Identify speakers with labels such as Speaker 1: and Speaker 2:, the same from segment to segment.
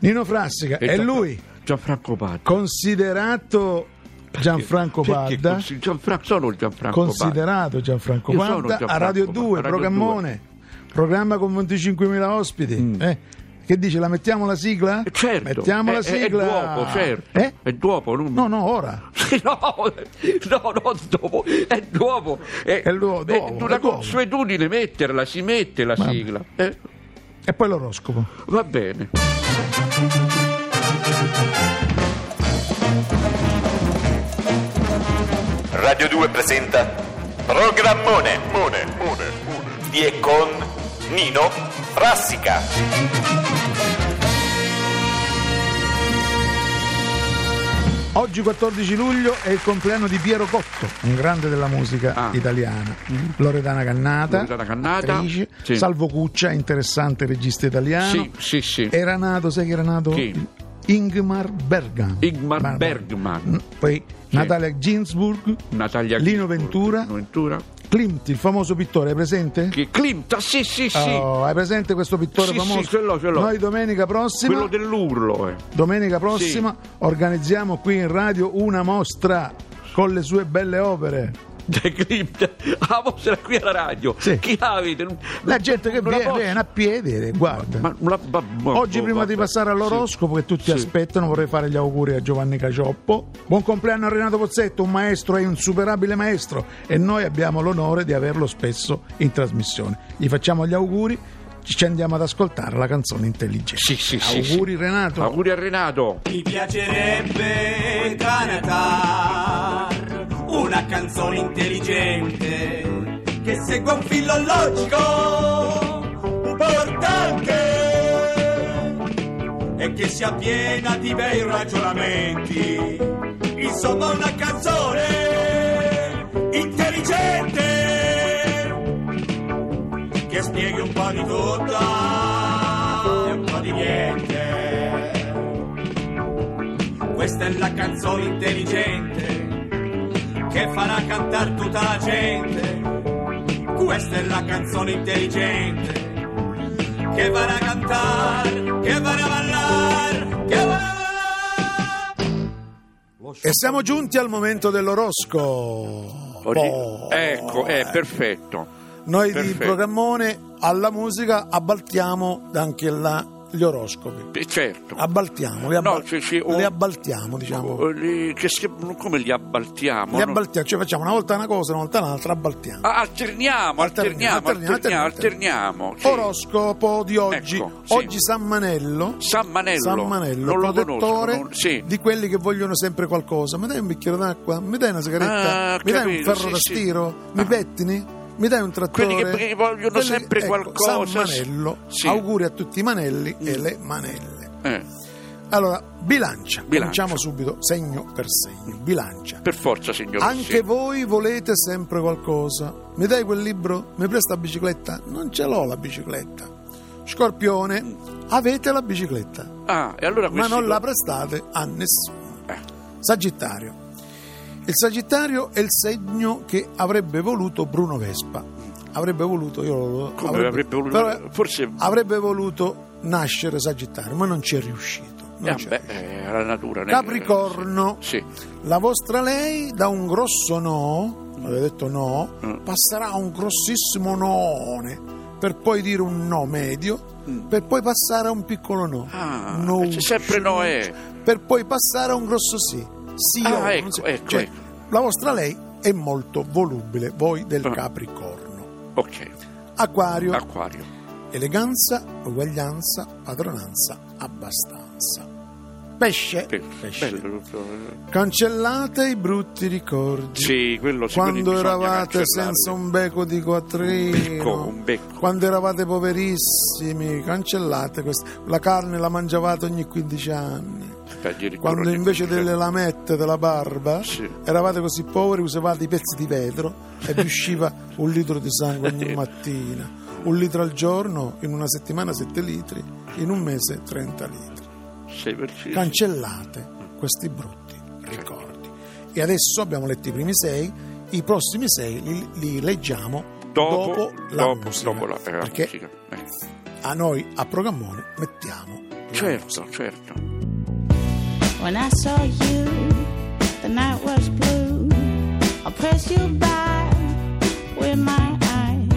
Speaker 1: Nino Frassica, è
Speaker 2: Gian-
Speaker 1: lui
Speaker 2: Gianfranco Padda.
Speaker 1: considerato Gianfranco
Speaker 2: Perché
Speaker 1: Padda.
Speaker 2: così? Gianfra- sono il Gianfranco Padda.
Speaker 1: Considerato Gianfranco
Speaker 2: Io sono
Speaker 1: Padda a
Speaker 2: Gianfranco
Speaker 1: Radio
Speaker 2: Padda,
Speaker 1: 2,
Speaker 2: Radio
Speaker 1: programmone, programma con 25.000 ospiti. eh. Che dice? La mettiamo la sigla?
Speaker 2: Mm. Eh, Certo,
Speaker 1: Mettiamo
Speaker 2: è,
Speaker 1: la
Speaker 2: è- è
Speaker 1: sigla.
Speaker 2: dopo, certo.
Speaker 1: Eh?
Speaker 2: È dopo, non...
Speaker 1: No, no, ora.
Speaker 2: Sì, No, no, no, dopo, è dopo. È,
Speaker 1: È lu- dopo,
Speaker 2: è
Speaker 1: è
Speaker 2: una
Speaker 1: dopo.
Speaker 2: consuetudine metterla, si mette la sigla. Eh,
Speaker 1: E poi l'oroscopo.
Speaker 2: va bene.
Speaker 3: Radio 2 presenta Programmone Mone, mone, mone. di e con Nino Frassica.
Speaker 1: Oggi 14 luglio è il compleanno di Piero Cotto, un grande della musica
Speaker 2: Ah.
Speaker 1: italiana. Loredana Cannata,
Speaker 2: Loredana Cannata,
Speaker 1: attrice.
Speaker 2: sì.
Speaker 1: Salvo Cuccia, interessante regista italiano.
Speaker 2: Sì, sì, sì.
Speaker 1: Era nato, sai chi era nato?
Speaker 2: Chi?
Speaker 1: Ingmar Bergman.
Speaker 2: Ingmar
Speaker 1: Ma-
Speaker 2: Bergman.
Speaker 1: Poi Natalia Ginsburg,
Speaker 2: Natalia
Speaker 1: Lino
Speaker 2: Ginzburg,
Speaker 1: Ventura,
Speaker 2: Lino Ventura.
Speaker 1: Klimt, il famoso pittore, è presente?
Speaker 2: Che Klimt, ah, sì, sì, sì.
Speaker 1: Oh, hai presente questo pittore
Speaker 2: Sì,
Speaker 1: famoso?
Speaker 2: sì, ce l'ho, ce l'ho.
Speaker 1: Noi domenica prossima
Speaker 2: Quello dell'urlo, eh.
Speaker 1: Domenica prossima organizziamo qui in radio una mostra con le sue belle opere.
Speaker 2: De Klimt, la mostra Ah, qui alla radio.
Speaker 1: Sì.
Speaker 2: Chi avete?
Speaker 1: La gente che
Speaker 2: Non la
Speaker 1: viene,
Speaker 2: posso-
Speaker 1: viene a piedi, guarda.
Speaker 2: Ma- ma- ma- ma-
Speaker 1: Oggi
Speaker 2: ma-
Speaker 1: prima di
Speaker 2: vabbè.
Speaker 1: passare all'oroscopo che tutti
Speaker 2: Sì.
Speaker 1: aspettano vorrei fare gli auguri a Giovanni Cacioppo. Buon compleanno a Renato Pozzetto, un maestro e insuperabile maestro e noi abbiamo l'onore di averlo spesso in trasmissione. Gli facciamo gli auguri, ci andiamo ad ascoltare la canzone intelligente.
Speaker 2: Sì, sì, sì,
Speaker 1: auguri
Speaker 2: sì.
Speaker 1: Renato.
Speaker 2: Auguri a Renato.
Speaker 4: Mi piacerebbe cantare una canzone intelligente che segua un filo logico importante e che sia piena di bei ragionamenti. Insomma, una canzone intelligente che spieghi un po' di tutto e un po' di niente. Questa è la canzone intelligente che farà cantare tutta la gente. Questa è la canzone intelligente che farà cantare, che farà ballare, che farà
Speaker 1: E siamo giunti al momento dell'oroscopo. Oh.
Speaker 2: Ecco, è perfetto.
Speaker 1: Noi di
Speaker 2: Perfetto.
Speaker 1: programmone alla musica abbaltiamo anche là gli oroscopi.
Speaker 2: Eh, Certo.
Speaker 1: Abbaltiamo, li, abbal-
Speaker 2: No, sì, sì,
Speaker 1: li
Speaker 2: o-
Speaker 1: abbaltiamo, diciamo.
Speaker 2: Eh, li- che si- come li abbaltiamo?
Speaker 1: li
Speaker 2: no?
Speaker 1: abbaltiamo, cioè facciamo una volta una cosa, una volta un'altra, abbaltiamo.
Speaker 2: Ah, Alterniamo,
Speaker 1: Alterniamo,
Speaker 2: alterniamo,
Speaker 1: alterniamo,
Speaker 2: alterniamo,
Speaker 1: alterniamo.
Speaker 2: alterniamo, sì.
Speaker 1: Oroscopo di oggi.
Speaker 2: Ecco, sì.
Speaker 1: Oggi San Manello.
Speaker 2: San Manello.
Speaker 1: San Manello,
Speaker 2: Non lo
Speaker 1: protettore
Speaker 2: conosco, non- sì.
Speaker 1: di quelli che vogliono sempre qualcosa. Mi dai un bicchiere d'acqua? Mi dai una sigaretta?
Speaker 2: Ah,
Speaker 1: mi dai
Speaker 2: capito,
Speaker 1: un ferro
Speaker 2: sì,
Speaker 1: da
Speaker 2: sì.
Speaker 1: stiro? Mi
Speaker 2: Ah.
Speaker 1: pettini? Mi dai un trattore?
Speaker 2: Quelli che vogliono sempre
Speaker 1: ecco,
Speaker 2: qualcosa.
Speaker 1: San Manello.
Speaker 2: Sì. Mm.
Speaker 1: Auguri a tutti i manelli e le manelle.
Speaker 2: Eh,
Speaker 1: Allora, bilancia.
Speaker 2: Bilancia.
Speaker 1: Cominciamo subito segno per segno. Bilancia.
Speaker 2: per forza, signor
Speaker 1: Anche voi volete sempre qualcosa. Mi dai quel libro? Mi presta la bicicletta? Non ce l'ho la bicicletta. Scorpione,
Speaker 2: Mm.
Speaker 1: avete la bicicletta,
Speaker 2: Ah, e allora
Speaker 1: ma
Speaker 2: questi
Speaker 1: non
Speaker 2: due-
Speaker 1: la prestate a nessuno.
Speaker 2: Eh.
Speaker 1: Sagittario. Il Sagittario è il segno che avrebbe voluto Bruno Vespa. Avrebbe voluto, io lo
Speaker 2: Come avrebbe voluto? Forse-
Speaker 1: avrebbe voluto nascere Sagittario, ma non ci è riuscito. Non
Speaker 2: Eh,
Speaker 1: ci è
Speaker 2: beh, eh, la natura. ne-
Speaker 1: Capricorno.
Speaker 2: Sì.
Speaker 1: La vostra lei da un grosso no, aveva detto no,
Speaker 2: Mm.
Speaker 1: passerà a un grossissimo noone, per poi dire un no medio, per poi passare a un piccolo no.
Speaker 2: Mm. Ah,
Speaker 1: No,
Speaker 2: c'è sempre
Speaker 1: no,
Speaker 2: Noè.
Speaker 1: Per poi passare a un grosso sì. Sì,
Speaker 2: Ah,
Speaker 1: oh, non
Speaker 2: ecco,
Speaker 1: so-
Speaker 2: ecco,
Speaker 1: cioè,
Speaker 2: ecco.
Speaker 1: La vostra lei è molto volubile, voi del
Speaker 2: Ah.
Speaker 1: Capricorno.
Speaker 2: Ok,
Speaker 1: Acquario,
Speaker 2: acquario.
Speaker 1: eleganza, uguaglianza, padronanza, abbastanza. Pesce,
Speaker 2: Pe-
Speaker 1: pesce.
Speaker 2: bello.
Speaker 1: Cancellate i brutti ricordi.
Speaker 2: Sì, quello sì, quelli
Speaker 1: Quando
Speaker 2: bisogna
Speaker 1: eravate
Speaker 2: cancellarli.
Speaker 1: senza un becco di quattrino.
Speaker 2: becco, un becco.
Speaker 1: Quando eravate poverissimi, cancellate questo. La carne la mangiavate ogni 15 anni.
Speaker 2: Addirittura
Speaker 1: Quando
Speaker 2: ogni
Speaker 1: invece
Speaker 2: 15
Speaker 1: delle
Speaker 2: anni.
Speaker 1: lamette della barba
Speaker 2: Sì.
Speaker 1: eravate così poveri, usavate i pezzi di vetro e vi usciva un litro di sangue ogni mattina. Un litro al giorno, in una settimana 7 litri, in un mese 30 litri
Speaker 2: Sì, perché-
Speaker 1: cancellate questi brutti ricordi. E adesso abbiamo letto i primi sei, i prossimi sei li, li leggiamo dopo,
Speaker 2: dopo,
Speaker 1: la
Speaker 2: dopo,
Speaker 1: musica,
Speaker 2: dopo la eh,
Speaker 1: perché
Speaker 2: musica. Eh.
Speaker 1: a noi a Programmone mettiamo
Speaker 2: certo, certo.
Speaker 5: When I saw you, the night was blue. I pressed you by with my eyes,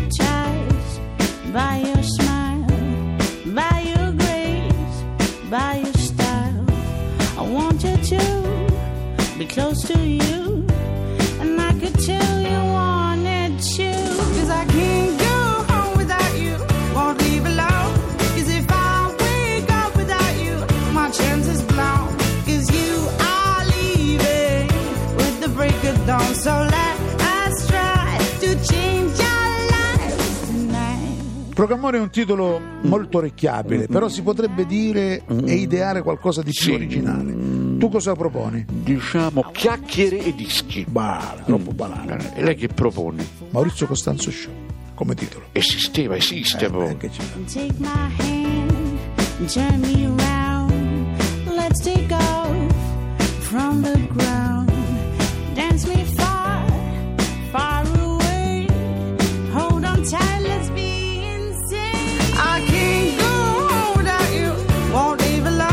Speaker 5: hypnotized by your smile, by your grace, by your style. I wanted to be close to you, and I could tell you wanted to. Cause I can't go home without you, won't leave alone. Cause if I wake up without you, my chance is blown. Cause you are leaving with the break of dawn. So let us try to change our lives tonight.
Speaker 1: Programmone è un titolo molto orecchiabile, però si potrebbe dire e ideare qualcosa di più
Speaker 2: Sì.
Speaker 1: originale. Tu cosa proponi?
Speaker 2: Diciamo chiacchiere e dischi.
Speaker 1: Bah, troppo banale.
Speaker 2: E lei che propone?
Speaker 1: Eh. Maurizio Costanzo Show, come titolo.
Speaker 2: Esisteva, esiste poi.
Speaker 1: Eh, che ci-
Speaker 5: and take my hand and turn me around. Let's take off from the ground. Dance me far, far away. Hold on tight, let's be insane. I can't go on without you, won't leave alone.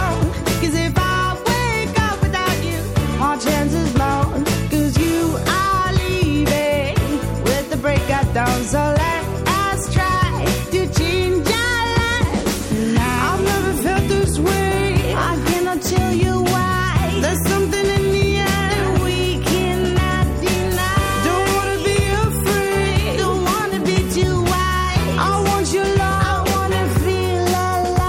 Speaker 5: Cause if I wake up without you, my chances blown. Cause you are leaving with the break of dawn. So let us try to change our lives. I've never felt this way. I cannot tell you why. There's something in the air that we cannot deny. Don't wanna be afraid. Don't wanna be too wise. I want your love. I wanna feel alive.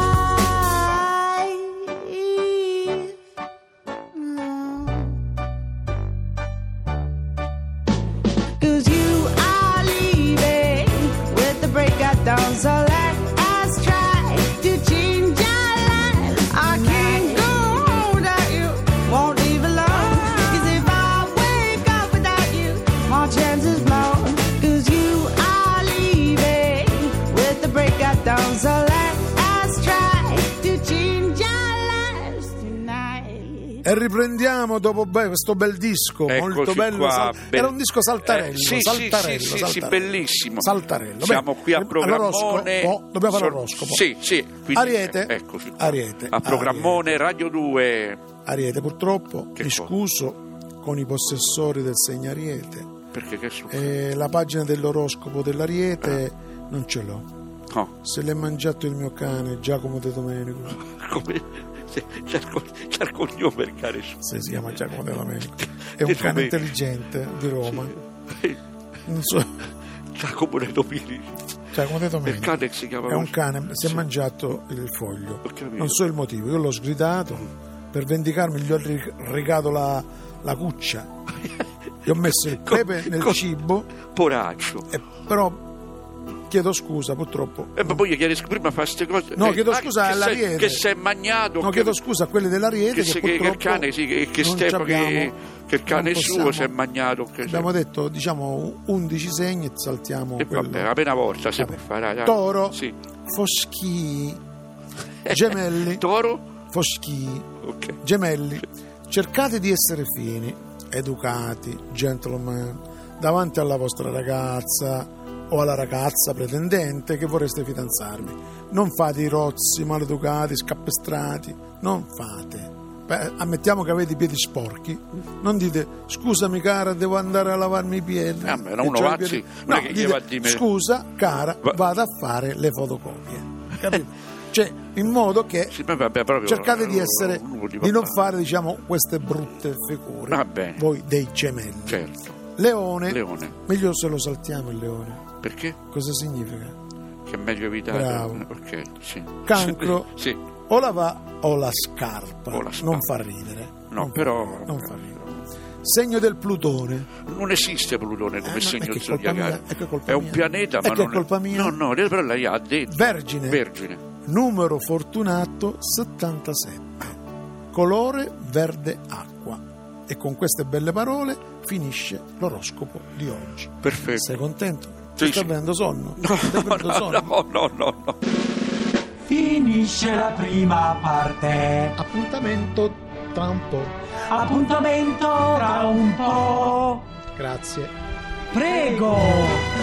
Speaker 5: Cause you are leaving with the break of dawn. So let us try to change our lives. I can't go on without you, won't leave alone. Cause if I wake up without you, my chances blown. Cause you are leaving with the break of dawn. So let us try to change our lives tonight.
Speaker 1: E riprendiamo dopo be- questo bel disco,
Speaker 2: Eccoci
Speaker 1: molto bello.
Speaker 2: qua,
Speaker 1: sal-
Speaker 2: bel-
Speaker 1: Era un disco saltarello.
Speaker 2: Eh, sì, sì,
Speaker 1: saltarello,
Speaker 2: sì, sì, sì,
Speaker 1: saltarello.
Speaker 2: bellissimo.
Speaker 1: Saltarello.
Speaker 2: Siamo
Speaker 1: Bene.
Speaker 2: qui a
Speaker 1: Allora,
Speaker 2: programmone.
Speaker 1: oroscopo. oh, dobbiamo fare
Speaker 2: Sor-
Speaker 1: l'oroscopo.
Speaker 2: Sì, sì. quindi- eh,
Speaker 1: Ariete.
Speaker 2: Eccoci. qua.
Speaker 1: Ariete.
Speaker 2: A programmone Radio 2.
Speaker 1: Ariete, purtroppo
Speaker 2: Che
Speaker 1: mi
Speaker 2: cosa?
Speaker 1: scuso con i possessori del segno Ariete.
Speaker 2: Perché che è successo? Ah.
Speaker 1: Eh, la pagina dell'oroscopo dell'Ariete non ce l'ho.
Speaker 2: No.
Speaker 1: Se l'è mangiato il mio cane Giacomo De Domenico.
Speaker 2: Come... se- C'è il, co- c'è il cognome per care su-
Speaker 1: Se si chiama Giacomo De Domenico. È un cane
Speaker 2: De Domenico.
Speaker 1: intelligente di Roma. Non so.
Speaker 2: Giacomo De Domini.
Speaker 1: Giacomo De Domenico.
Speaker 2: Il cane si chiama
Speaker 1: È un cane, si è mangiato il foglio.
Speaker 2: Ho capito. Mm.
Speaker 1: Non so il motivo, io l'ho sgridato. Per vendicarmi gli ho ri- regato la, la cuccia. Gli ho messo il
Speaker 2: Co-
Speaker 1: pepe nel
Speaker 2: co-
Speaker 1: cibo,
Speaker 2: Poraccio.
Speaker 1: e però chiedo scusa purtroppo.
Speaker 2: E ma poi gli chiedi scu- prima fa queste cose.
Speaker 1: No,
Speaker 2: Eh,
Speaker 1: chiedo
Speaker 2: ah,
Speaker 1: scusa
Speaker 2: che
Speaker 1: all'Ariete.
Speaker 2: sei- Che si è magnato.
Speaker 1: No,
Speaker 2: che-
Speaker 1: chiedo scusa a quelli dell'Ariete
Speaker 2: che,
Speaker 1: che,
Speaker 2: se- che, che
Speaker 1: purtroppo
Speaker 2: il cane, sì, che, che
Speaker 1: non
Speaker 2: Stefano,
Speaker 1: ci abbiamo-
Speaker 2: che, che il cane
Speaker 1: non
Speaker 2: suo si è
Speaker 1: possiamo.
Speaker 2: magnato. Che
Speaker 1: Abbiamo detto, diciamo, 11 segni e saltiamo
Speaker 2: E
Speaker 1: quello.
Speaker 2: vabbè, appena volta si
Speaker 1: Vabbè.
Speaker 2: può fare. dai.
Speaker 1: Toro,
Speaker 2: Sì.
Speaker 1: Foschi, Gemelli,
Speaker 2: Toro?
Speaker 1: Foschi,
Speaker 2: Ok.
Speaker 1: Gemelli, cercate di essere fini, educati, gentleman, davanti alla vostra ragazza o alla ragazza pretendente che vorreste fidanzarvi. Non fate i rozzi, maleducati, scappestrati, non fate. Beh, ammettiamo che avete i piedi sporchi, non dite scusami cara, devo andare a lavarmi i piedi.
Speaker 2: Ah, ma
Speaker 1: E
Speaker 2: no, uno
Speaker 1: c'ho i
Speaker 2: va,
Speaker 1: piedi-
Speaker 2: sì,
Speaker 1: No,
Speaker 2: non è che gli
Speaker 1: dite,
Speaker 2: va a dire-
Speaker 1: scusa cara,
Speaker 2: Va-
Speaker 1: vado a fare le fotocopie. Capito? Cioè, in modo che
Speaker 2: Sì, ma vabbè, proprio-
Speaker 1: cercate di
Speaker 2: eh,
Speaker 1: essere
Speaker 2: uno di
Speaker 1: di non
Speaker 2: papà.
Speaker 1: fare diciamo queste brutte figure
Speaker 2: Va bene.
Speaker 1: voi dei gemelli
Speaker 2: Certo.
Speaker 1: leone,
Speaker 2: Leone.
Speaker 1: meglio se lo saltiamo il leone
Speaker 2: Perché?
Speaker 1: cosa significa
Speaker 2: Che è meglio evitare.
Speaker 1: Bravo.
Speaker 2: Ok, sì.
Speaker 1: Cancro.
Speaker 2: Sì.
Speaker 1: o la va o la scarpa,
Speaker 2: O la scarpa.
Speaker 1: non fa ridere
Speaker 2: No,
Speaker 1: Non fa
Speaker 2: però- eh,
Speaker 1: ridere, non fa ridere segno del plutone
Speaker 2: Non esiste Plutone come
Speaker 1: Eh, ma- è
Speaker 2: segno
Speaker 1: che è colpa
Speaker 2: zodiacale.
Speaker 1: mia, è che è colpa
Speaker 2: È un
Speaker 1: mia.
Speaker 2: pianeta,
Speaker 1: È
Speaker 2: ma
Speaker 1: che è
Speaker 2: non
Speaker 1: colpa mia. Eh.
Speaker 2: No, no, però lei ha detto.
Speaker 1: vergine
Speaker 2: Vergine.
Speaker 1: numero fortunato 77 colore verde acqua e con queste belle parole finisce l'oroscopo di oggi
Speaker 2: Perfetto.
Speaker 1: sei contento?
Speaker 2: Sì,
Speaker 1: Ti sta
Speaker 2: sì.
Speaker 1: prendendo sonno? Ti sta prendendo sonno?
Speaker 2: no, no, no, no.
Speaker 6: Finisce la prima parte.
Speaker 1: Appuntamento tra un po'.
Speaker 6: Appuntamento tra un po'.
Speaker 1: Grazie.
Speaker 6: Prego.